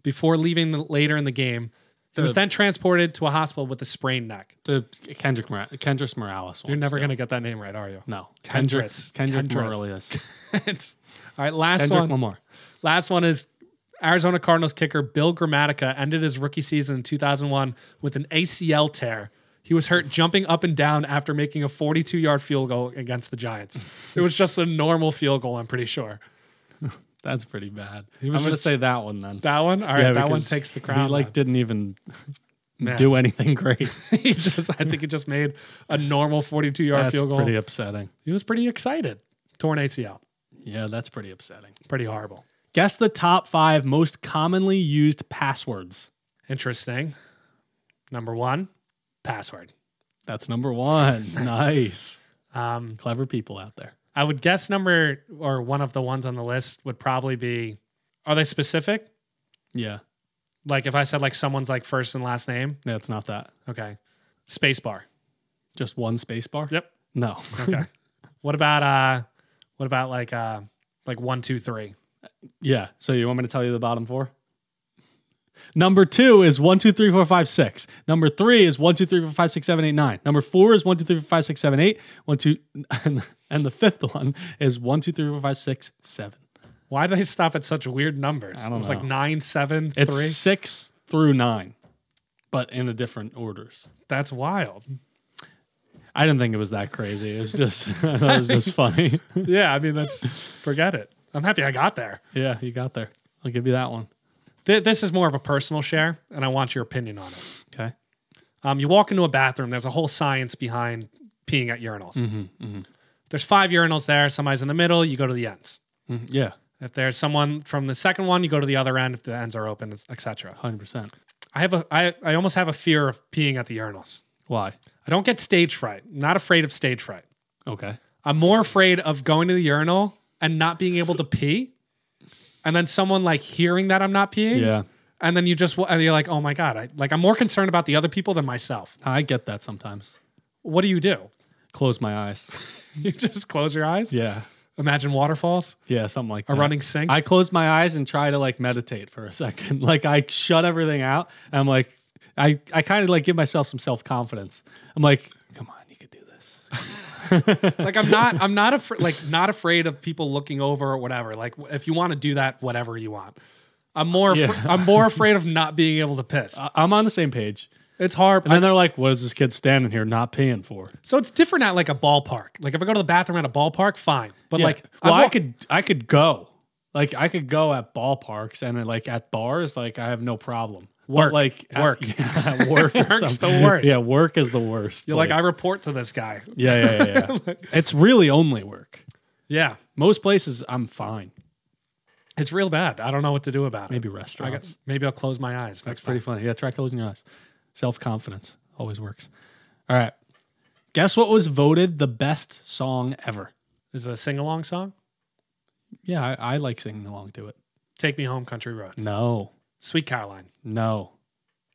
[SPEAKER 2] before leaving the- later in the game. He was then transported to a hospital with a sprained neck.
[SPEAKER 1] The Kendrick Mor- Kendrick Morales one.
[SPEAKER 2] You're never going to get that name right, are you?
[SPEAKER 1] no Kendrick
[SPEAKER 2] Kendrick.
[SPEAKER 1] Kendrick
[SPEAKER 2] Kendrick.
[SPEAKER 1] Morales.
[SPEAKER 2] *laughs* It's- all right, last
[SPEAKER 1] Kendrick
[SPEAKER 2] one.
[SPEAKER 1] Lamar.
[SPEAKER 2] Last one is Arizona Cardinals kicker Bill Gramatica ended his rookie season in 2001 with an ACL tear. He was hurt jumping up and down after making a 42 yard field goal against the Giants. It was just a normal field goal, I'm pretty sure.
[SPEAKER 1] That's pretty bad. I'm gonna say that one then.
[SPEAKER 2] That one? All right, that one takes the crown.
[SPEAKER 1] He like
[SPEAKER 2] then.
[SPEAKER 1] didn't even
[SPEAKER 2] Man.
[SPEAKER 1] do anything *laughs* great.
[SPEAKER 2] *laughs* he just, I think he just made a normal 42 yard
[SPEAKER 1] That's
[SPEAKER 2] field goal.
[SPEAKER 1] pretty upsetting.
[SPEAKER 2] he was pretty excited. Torn ACL.
[SPEAKER 1] Yeah, that's pretty upsetting.
[SPEAKER 2] Pretty horrible.
[SPEAKER 1] Guess the top five most commonly used passwords.
[SPEAKER 2] Interesting. Number one, password.
[SPEAKER 1] That's number one. *laughs* nice.
[SPEAKER 2] Um,
[SPEAKER 1] Clever people out there.
[SPEAKER 2] I would guess number or one of the ones on the list would probably be. Are they specific?
[SPEAKER 1] Yeah.
[SPEAKER 2] Like if I said like someone's like first and last name.
[SPEAKER 1] No, it's not that.
[SPEAKER 2] Okay. Spacebar.
[SPEAKER 1] Just one space bar?
[SPEAKER 2] Yep.
[SPEAKER 1] No.
[SPEAKER 2] Okay. what about uh? What about like uh? Like one, two, three.
[SPEAKER 1] Yeah. So you want me to tell you the bottom four? Number two is one, two, three, four, five, six. Number three is one, two, three, four, five, six, seven, eight, nine. Number four is one, two, three, four, five, six, seven, eight. One, two, *laughs* and, and the fifth one is one, two, three, four, five, six, seven.
[SPEAKER 2] Why do they stop at such weird numbers?
[SPEAKER 1] I don't
[SPEAKER 2] it was like
[SPEAKER 1] know.
[SPEAKER 2] nine, seven,
[SPEAKER 1] It's
[SPEAKER 2] three.
[SPEAKER 1] six through nine, but in a different orders.
[SPEAKER 2] That's wild.
[SPEAKER 1] I didn't think it was that crazy. It was just, *laughs* it was just *laughs* funny.
[SPEAKER 2] yeah, I mean that's forget it. I'm happy I got there.
[SPEAKER 1] yeah, you got there. I'll give you that one.
[SPEAKER 2] Th- this is more of a personal share, and I want your opinion on it.
[SPEAKER 1] Okay.
[SPEAKER 2] Um, you walk into a bathroom. There's a whole science behind peeing at urinals. There's five urinals there. Somebody's in the middle. You go to the ends.
[SPEAKER 1] Mhm. Yeah,
[SPEAKER 2] If there's someone from the second one, you go to the other end. If the ends are open, etc.
[SPEAKER 1] hundred percent.
[SPEAKER 2] I have a I, I almost have a fear of peeing at the urinals.
[SPEAKER 1] Why?
[SPEAKER 2] I don't get stage fright. I'm not afraid of stage fright.
[SPEAKER 1] Okay.
[SPEAKER 2] I'm more afraid of going to the urinal and not being able to pee, and then someone like hearing that I'm not peeing.
[SPEAKER 1] Yeah,
[SPEAKER 2] And then you just and you're like, oh my god, I like I'm more concerned about the other people than myself.
[SPEAKER 1] I get that sometimes.
[SPEAKER 2] What do you do? *laughs*
[SPEAKER 1] Close my eyes.
[SPEAKER 2] You just close your eyes.
[SPEAKER 1] Yeah.
[SPEAKER 2] Imagine waterfalls,
[SPEAKER 1] Yeah, something like
[SPEAKER 2] a
[SPEAKER 1] that.
[SPEAKER 2] running sink.
[SPEAKER 1] I close my eyes and try to like meditate for a second. *laughs* Like I shut everything out. And I'm like, I, I kind of like give myself some self confidence. I'm like, come on, you could do this.
[SPEAKER 2] like I'm not I'm not afraid like not afraid of people looking over or whatever. Like if you want to do that, whatever you want. I'm more afra-
[SPEAKER 1] Yeah. Uh,
[SPEAKER 2] I'm more afraid of not being able to piss.
[SPEAKER 1] I- I'm on the same page.
[SPEAKER 2] it's hard.
[SPEAKER 1] And then they're like, what is this kid standing here not paying for?
[SPEAKER 2] So it's different at like a ballpark. Like if I go to the bathroom at a ballpark, fine. But like
[SPEAKER 1] Like, well,
[SPEAKER 2] I'm
[SPEAKER 1] I
[SPEAKER 2] wa-
[SPEAKER 1] could, I could go. Like I could go at ballparks and like at bars, like I have no problem. But
[SPEAKER 2] Work.
[SPEAKER 1] like at-
[SPEAKER 2] Work.
[SPEAKER 1] *laughs* yeah, work. or
[SPEAKER 2] Work's
[SPEAKER 1] something.
[SPEAKER 2] the worst.
[SPEAKER 1] Yeah, work is the worst.
[SPEAKER 2] you're like I
[SPEAKER 1] place.
[SPEAKER 2] report to this guy.
[SPEAKER 1] yeah, yeah,
[SPEAKER 2] *laughs*
[SPEAKER 1] yeah. yeah. it's really only work.
[SPEAKER 2] Yeah,
[SPEAKER 1] Most places, I'm fine.
[SPEAKER 2] it's real bad. I don't know what to do about it.
[SPEAKER 1] Maybe
[SPEAKER 2] I
[SPEAKER 1] restaurants.
[SPEAKER 2] got, maybe I'll close my eyes.
[SPEAKER 1] That's
[SPEAKER 2] Next
[SPEAKER 1] pretty
[SPEAKER 2] time.
[SPEAKER 1] funny. Yeah, try closing your eyes. Self confidence always works. All right. Guess what was voted the best song ever?
[SPEAKER 2] Is it a sing along song?
[SPEAKER 1] Yeah, I, I like singing along to it.
[SPEAKER 2] Take me home, country roads.
[SPEAKER 1] No,
[SPEAKER 2] Sweet Caroline.
[SPEAKER 1] no.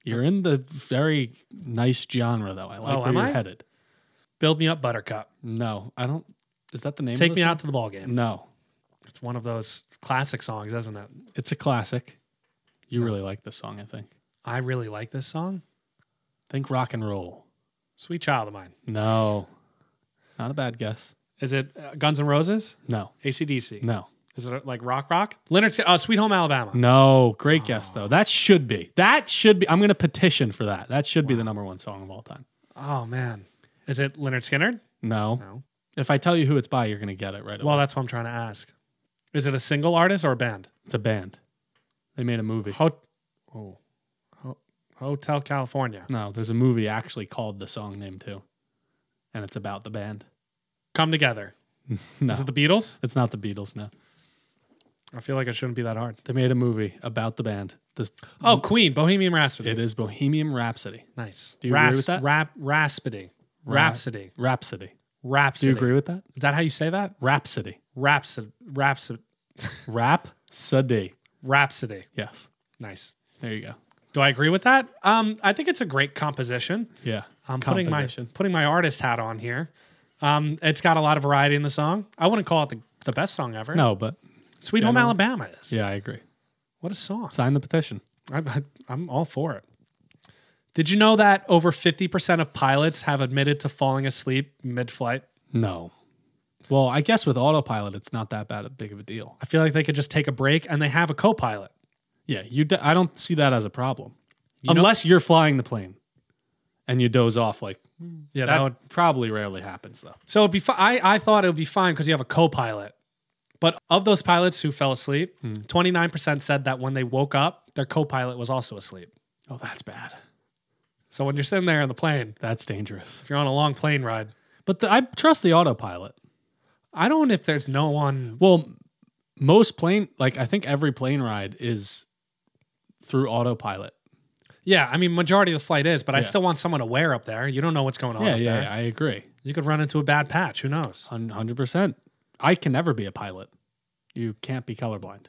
[SPEAKER 1] You're in the very nice genre, though. I like
[SPEAKER 2] Oh,
[SPEAKER 1] where
[SPEAKER 2] am
[SPEAKER 1] you're
[SPEAKER 2] I?
[SPEAKER 1] headed.
[SPEAKER 2] Build me up, Buttercup.
[SPEAKER 1] No, I don't. Is that the name?
[SPEAKER 2] Take
[SPEAKER 1] of
[SPEAKER 2] me
[SPEAKER 1] the song?
[SPEAKER 2] out to the ball game.
[SPEAKER 1] No,
[SPEAKER 2] It's one of those classic songs, isn't it?
[SPEAKER 1] it's a classic. You really like this song, I think.
[SPEAKER 2] I really like this song.
[SPEAKER 1] Think rock and roll.
[SPEAKER 2] Sweet Child of Mine.
[SPEAKER 1] No, not a bad guess.
[SPEAKER 2] Is it uh, Guns N' Roses?
[SPEAKER 1] No,
[SPEAKER 2] ACDC?
[SPEAKER 1] no, Mm.
[SPEAKER 2] Is it uh, like rock rock? Leonard's uh, Sweet Home Alabama.
[SPEAKER 1] no. Great guess though. That should be. That should be. I'm going to petition for that. That should be the number one song of all time.
[SPEAKER 2] Oh man. Is it Leonard Skinner?
[SPEAKER 1] No.
[SPEAKER 2] No.
[SPEAKER 1] If I tell you who it's by, you're going to get it right away.
[SPEAKER 2] Well, that's what I'm trying to ask. Is it a single artist or a band?
[SPEAKER 1] it's a band. They made a movie.
[SPEAKER 2] Ho- oh. Ho- Hotel California.
[SPEAKER 1] No, there's a movie actually called the song name too, and it's about the band.
[SPEAKER 2] Come together.
[SPEAKER 1] *laughs* No,
[SPEAKER 2] Is it the Beatles?
[SPEAKER 1] it's not the Beatles. No,
[SPEAKER 2] I feel like it shouldn't be that hard.
[SPEAKER 1] they made a movie about the band. This,
[SPEAKER 2] Oh, Queen, Bohemian Rhapsody.
[SPEAKER 1] it is Bohemian Rhapsody.
[SPEAKER 2] nice.
[SPEAKER 1] Do you agree with that?
[SPEAKER 2] Rap, Rhapsody. Rhapsody.
[SPEAKER 1] Rhapsody. Do
[SPEAKER 2] Rhapsody.
[SPEAKER 1] you agree with that?
[SPEAKER 2] Is that how you say that?
[SPEAKER 1] Rhapsody.
[SPEAKER 2] Rhapsody. Rhapsody.
[SPEAKER 1] Rhapsody.
[SPEAKER 2] Rhapsody.
[SPEAKER 1] Yes.
[SPEAKER 2] Nice.
[SPEAKER 1] There you go.
[SPEAKER 2] Do I agree with that? Um, I think it's a great composition.
[SPEAKER 1] Yeah.
[SPEAKER 2] I'm putting my
[SPEAKER 1] Composition.
[SPEAKER 2] putting my artist hat on here. Um, it's got a lot of variety in the song. I wouldn't call it the, the best song ever.
[SPEAKER 1] No, but
[SPEAKER 2] Sweet Home Alabama is.
[SPEAKER 1] yeah, I agree.
[SPEAKER 2] What a song.
[SPEAKER 1] Sign the petition.
[SPEAKER 2] I'm, I'm all for it. Did you know that over 50% of pilots have admitted to falling asleep mid flight?
[SPEAKER 1] No. Well, I guess with autopilot, it's not that bad a big of a deal.
[SPEAKER 2] I feel like they could just take a break and they have a co pilot.
[SPEAKER 1] Yeah, you. d I don't see that as a problem, unless you're flying the plane, and you doze off. Like that
[SPEAKER 2] Yeah, that would.
[SPEAKER 1] probably rarely happens though.
[SPEAKER 2] So it'd be fi- I, I thought it would be fine because you have a co pilot. But of those pilots who fell asleep,
[SPEAKER 1] Hmm.
[SPEAKER 2] 29% said that when they woke up, their co pilot was also asleep.
[SPEAKER 1] Oh, that's bad.
[SPEAKER 2] So when you're sitting there on the plane,
[SPEAKER 1] That's dangerous.
[SPEAKER 2] if you're on a long plane ride.
[SPEAKER 1] But the, I trust the autopilot.
[SPEAKER 2] I don't if there's no one.
[SPEAKER 1] Well, most plane like I think every plane ride is through autopilot.
[SPEAKER 2] Yeah, I mean, majority of the flight is, but I
[SPEAKER 1] Yeah.
[SPEAKER 2] still want someone aware up there. You don't know what's going on
[SPEAKER 1] Yeah,
[SPEAKER 2] up
[SPEAKER 1] yeah,
[SPEAKER 2] there.
[SPEAKER 1] yeah, I agree.
[SPEAKER 2] You could run into a bad patch. Who knows?
[SPEAKER 1] 100%. I can never be a pilot. You can't be colorblind.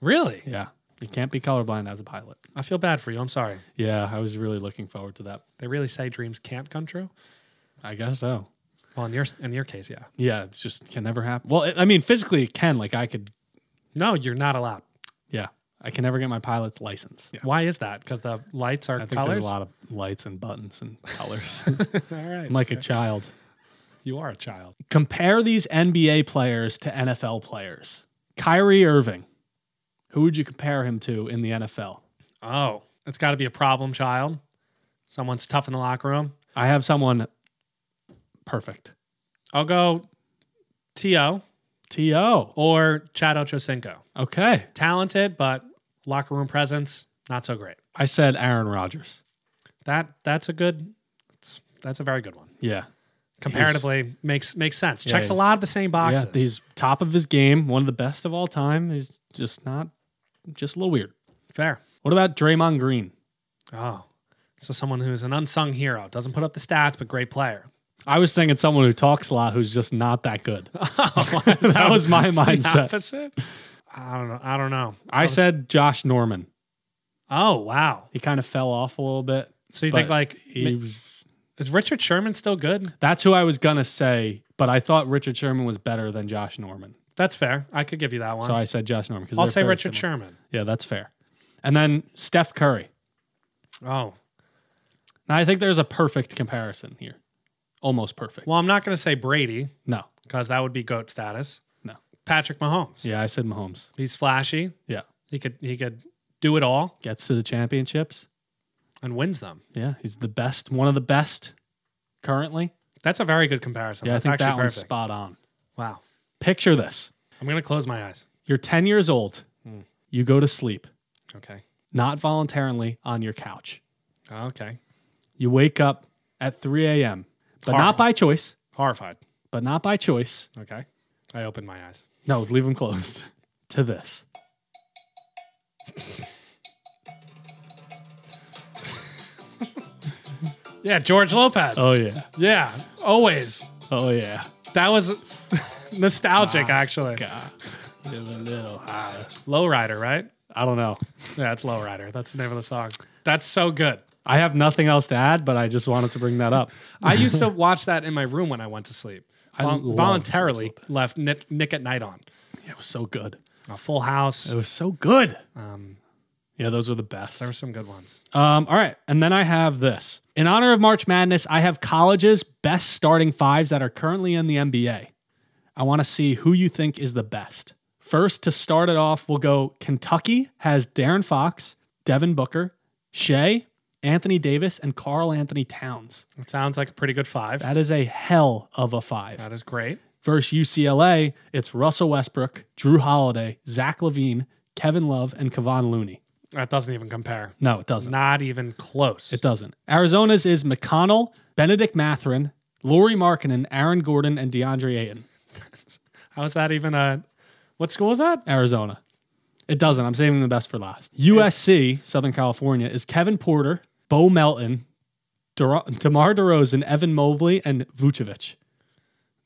[SPEAKER 2] Really?
[SPEAKER 1] Yeah. You can't be colorblind as a pilot.
[SPEAKER 2] I feel bad for you. I'm sorry.
[SPEAKER 1] Yeah, I was really looking forward to that.
[SPEAKER 2] They really say dreams can't come true.
[SPEAKER 1] I guess so.
[SPEAKER 2] Well, in your in your case, yeah.
[SPEAKER 1] Yeah, it's just can never happen. Well, it, I mean, physically it can. Like I could,
[SPEAKER 2] No, you're not allowed.
[SPEAKER 1] yeah, I can never get my pilot's license.
[SPEAKER 2] Why is that? Because the lights are
[SPEAKER 1] I think
[SPEAKER 2] colors.
[SPEAKER 1] there's a lot of lights and buttons and *laughs* colors.
[SPEAKER 2] *laughs* All right.
[SPEAKER 1] I'm like a child.
[SPEAKER 2] you are a child.
[SPEAKER 1] Compare these NBA players to NFL players. Kyrie Irving, who would you compare him to in the NFL?
[SPEAKER 2] Oh, it's got to be a problem child. Someone's tough in the locker room.
[SPEAKER 1] I have someone perfect.
[SPEAKER 2] I'll go T.O.
[SPEAKER 1] T.O.
[SPEAKER 2] or Chad Ochocinco.
[SPEAKER 1] Okay.
[SPEAKER 2] Talented, but locker room presence not so great.
[SPEAKER 1] I said Aaron Rodgers.
[SPEAKER 2] That that's a good. That's, that's a very good one.
[SPEAKER 1] Yeah.
[SPEAKER 2] Comparatively, makes makes sense. Checks a
[SPEAKER 1] he's-
[SPEAKER 2] lot of the same boxes.
[SPEAKER 1] Yeah, he's top of his game, one of the best of all time. He's just not, just a little weird.
[SPEAKER 2] Fair.
[SPEAKER 1] What about Draymond Green?
[SPEAKER 2] Oh, so someone who's an unsung hero doesn't put up the stats, but
[SPEAKER 1] *laughs*
[SPEAKER 2] great player.
[SPEAKER 1] I was thinking someone who talks a lot who's just not that
[SPEAKER 2] *laughs*
[SPEAKER 1] good.
[SPEAKER 2] that
[SPEAKER 1] was my mindset.
[SPEAKER 2] Opposite. I don't know. I don't know.
[SPEAKER 1] I said Josh Norman.
[SPEAKER 2] Oh wow.
[SPEAKER 1] He kind of fell off a little bit.
[SPEAKER 2] So you
[SPEAKER 1] But
[SPEAKER 2] think like
[SPEAKER 1] He
[SPEAKER 2] ma-
[SPEAKER 1] was-
[SPEAKER 2] is Richard Sherman still good?
[SPEAKER 1] that's who I was gonna say, but I thought Richard Sherman was better than Josh Norman,
[SPEAKER 2] That's fair. I could give you that one.
[SPEAKER 1] so I said Josh Norman. 'cause
[SPEAKER 2] I'll
[SPEAKER 1] they're
[SPEAKER 2] say
[SPEAKER 1] very
[SPEAKER 2] Richard
[SPEAKER 1] similar.
[SPEAKER 2] Sherman.
[SPEAKER 1] Yeah, that's fair. And then Steph Curry.
[SPEAKER 2] Oh
[SPEAKER 1] Now I think there's a perfect comparison here, almost perfect.
[SPEAKER 2] well, I'm not going to say Brady
[SPEAKER 1] No,
[SPEAKER 2] because that would be goat status.
[SPEAKER 1] No.
[SPEAKER 2] Patrick Mahomes.
[SPEAKER 1] yeah, I said Mahomes.
[SPEAKER 2] He's flashy.
[SPEAKER 1] Yeah,
[SPEAKER 2] He could he could do it all
[SPEAKER 1] gets to the championships.
[SPEAKER 2] and wins them.
[SPEAKER 1] Yeah, he's the best, one of the best currently.
[SPEAKER 2] That's a very good comparison.
[SPEAKER 1] Yeah,
[SPEAKER 2] That's
[SPEAKER 1] I think
[SPEAKER 2] actually
[SPEAKER 1] that one's
[SPEAKER 2] perfect.
[SPEAKER 1] spot on.
[SPEAKER 2] wow.
[SPEAKER 1] Picture this.
[SPEAKER 2] I'm going to close my eyes.
[SPEAKER 1] You're 10 years old.
[SPEAKER 2] Hmm.
[SPEAKER 1] You go to sleep,
[SPEAKER 2] Okay.
[SPEAKER 1] not voluntarily, on your couch.
[SPEAKER 2] Okay.
[SPEAKER 1] You wake up at 3 a.m., but
[SPEAKER 2] Horrible.
[SPEAKER 1] not by choice,
[SPEAKER 2] Horrified.
[SPEAKER 1] but not by choice.
[SPEAKER 2] Okay. I opened my eyes.
[SPEAKER 1] No, leave them closed *laughs* to this.
[SPEAKER 2] Yeah, George Lopez.
[SPEAKER 1] Oh, yeah.
[SPEAKER 2] Yeah, always.
[SPEAKER 1] Oh, yeah.
[SPEAKER 2] That was *laughs* nostalgic,
[SPEAKER 1] Ah,
[SPEAKER 2] actually. Lowrider, right?
[SPEAKER 1] I don't know.
[SPEAKER 2] Yeah, it's Lowrider. That's the name of the song. That's so good.
[SPEAKER 1] I have nothing else to add, but I just wanted to bring that up. *laughs*
[SPEAKER 2] I used to watch that in my room when I went to sleep. I
[SPEAKER 1] love George
[SPEAKER 2] voluntarily left Nick, Nick at Night on.
[SPEAKER 1] It was so good.
[SPEAKER 2] A full house.
[SPEAKER 1] It was so good.
[SPEAKER 2] Um,
[SPEAKER 1] Yeah, those were the best.
[SPEAKER 2] there were some good ones.
[SPEAKER 1] Um, all right. And then I have this. In honor of March Madness, I have colleges' best starting fives that are currently in the NBA. I want to see who you think is the best. First, to start it off, we'll go Kentucky has Darren Fox, Devin Booker, Shea, Anthony Davis, and Carl Anthony Towns.
[SPEAKER 2] It sounds like a pretty good five.
[SPEAKER 1] That is a hell of a five.
[SPEAKER 2] That is great.
[SPEAKER 1] Versus UCLA, it's Russell Westbrook, Drew Holiday, Zach Levine, Kevin Love, and Kevon Looney.
[SPEAKER 2] That doesn't even compare.
[SPEAKER 1] No, it doesn't.
[SPEAKER 2] Not even close.
[SPEAKER 1] It doesn't. Arizona's is McConnell, Benedict Matherin, Lori Markinen, Aaron Gordon, and DeAndre Ayton.
[SPEAKER 2] How is that even a. What school is that?
[SPEAKER 1] Arizona. It doesn't. I'm saving the best for last. USC, Southern California, is Kevin Porter, Bo Melton, DeMar DeRozan, Evan Mobley, and Vucevic.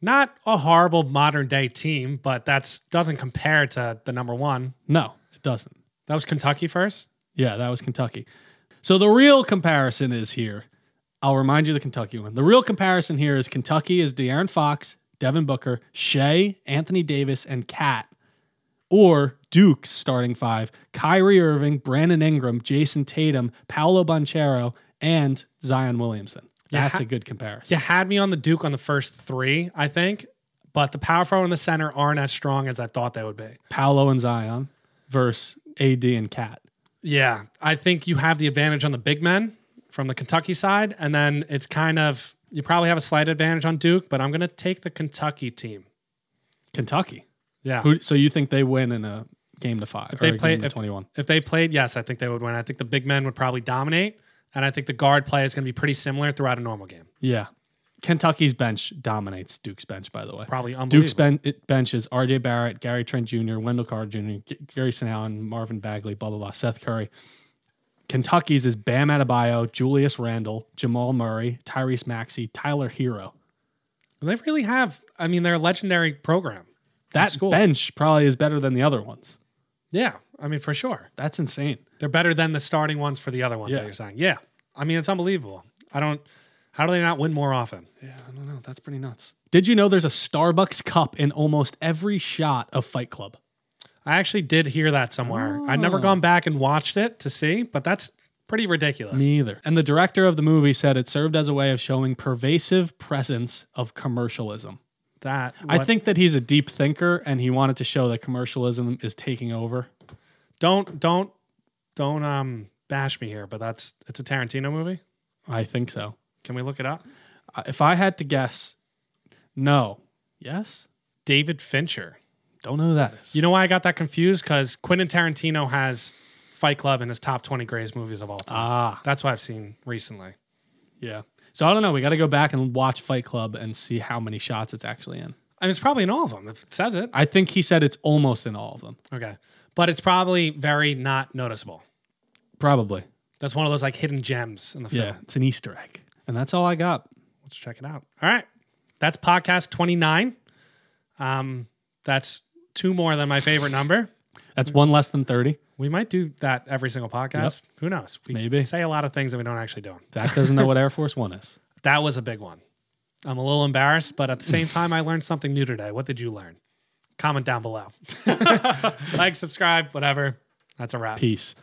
[SPEAKER 2] Not a horrible modern day team, but that's doesn't compare to the number one.
[SPEAKER 1] No, it doesn't.
[SPEAKER 2] That was Kentucky first.
[SPEAKER 1] Yeah, that was Kentucky. So the real comparison is here. I'll remind you the Kentucky one. The real comparison here is Kentucky is De'Aaron Fox, Devin Booker, Shea, Anthony Davis, and Cat. Or Duke's starting five, Kyrie Irving, Brandon Ingram, Jason Tatum, Paolo Banchero, and Zion Williamson.
[SPEAKER 2] Yeah,
[SPEAKER 1] That's
[SPEAKER 2] ha-
[SPEAKER 1] a good comparison.
[SPEAKER 2] You had me on the Duke on the first three, I think, but the power forward and the center aren't as strong as I thought they would be.
[SPEAKER 1] Paolo and Zion versus AD and Cat.
[SPEAKER 2] Yeah, I think you have the advantage on the big men from the Kentucky side, and then it's kind of you probably have a slight advantage on Duke, but I'm going to take the Kentucky team.
[SPEAKER 1] Kentucky.
[SPEAKER 2] Yeah,
[SPEAKER 1] Who, so you think they win in a game to five?
[SPEAKER 2] they
[SPEAKER 1] or a
[SPEAKER 2] play-
[SPEAKER 1] game to
[SPEAKER 2] if-
[SPEAKER 1] 21.
[SPEAKER 2] if they played, yes, I think they would win. I think the big men would probably dominate, and I think the guard play is going to be pretty similar throughout a normal game.
[SPEAKER 1] Yeah. Kentucky's bench dominates Duke's bench, by the way.
[SPEAKER 2] Probably unbelievable.
[SPEAKER 1] Duke's ben- it- bench is RJ Barrett, Gary Trent Jr., Wendell Carter Jr., G- Gary St. Allen, Marvin Bagley, blah, blah, blah, Seth Curry. Kentucky's is Bam Adebayo, Julius Randle, Jamal Murray, Tyrese Maxey, Tyler Hero.
[SPEAKER 2] They really have. I mean, they're a legendary program.
[SPEAKER 1] That
[SPEAKER 2] school.
[SPEAKER 1] bench probably is better than the other ones.
[SPEAKER 2] Yeah, I mean for sure.
[SPEAKER 1] That's insane.
[SPEAKER 2] They're better than the starting ones for the other ones
[SPEAKER 1] Yeah.
[SPEAKER 2] that you're saying. Yeah. I mean, it's unbelievable. I don't how do they not win more often?
[SPEAKER 1] Yeah, I don't know. That's pretty nuts. Did you know there's a Starbucks cup in almost every shot of Fight Club?
[SPEAKER 2] I actually did hear that somewhere. I've never
[SPEAKER 1] Oh.
[SPEAKER 2] gone back and watched it to see, but that's pretty ridiculous.
[SPEAKER 1] Me either. And the director of the movie said it served as a way of showing pervasive presence of commercialism.
[SPEAKER 2] that
[SPEAKER 1] I
[SPEAKER 2] what-
[SPEAKER 1] think that he's a deep thinker and he wanted to show that commercialism is taking over.
[SPEAKER 2] don't don't don't um bash me here, but that's it's a Tarantino movie.
[SPEAKER 1] I think so.
[SPEAKER 2] Can we look it up?
[SPEAKER 1] I- If I had to guess, no. Yes?
[SPEAKER 2] David Fincher.
[SPEAKER 1] Don't know who that is.
[SPEAKER 2] You know why I got that confused? Because Quentin Tarantino has Fight Club in his top twenty greatest movies of all time.
[SPEAKER 1] ah,
[SPEAKER 2] That's what I've seen recently.
[SPEAKER 1] yeah. So I don't know. We got to go back and watch Fight Club and see how many shots it's actually in.
[SPEAKER 2] I mean, it's probably in all of them if it says it.
[SPEAKER 1] I think he said it's almost in all of them.
[SPEAKER 2] Okay. But it's probably very not noticeable.
[SPEAKER 1] Probably.
[SPEAKER 2] That's one of those like hidden gems in the film.
[SPEAKER 1] Yeah. It's an Easter egg. And that's all I got.
[SPEAKER 2] Let's check it out. All right. That's podcast 29. Um, that's two more than my favorite number.
[SPEAKER 1] That's one less than 30.
[SPEAKER 2] We might do that every single podcast. Who knows? We
[SPEAKER 1] Maybe.
[SPEAKER 2] say a lot of things that we don't actually do.
[SPEAKER 1] Zach doesn't know what Air Force One is.
[SPEAKER 2] That was a big one. I'm a little embarrassed, but at the same time, I learned something new today. What did you learn? *laughs* Comment down below. like, subscribe, whatever. That's a wrap.
[SPEAKER 1] Peace.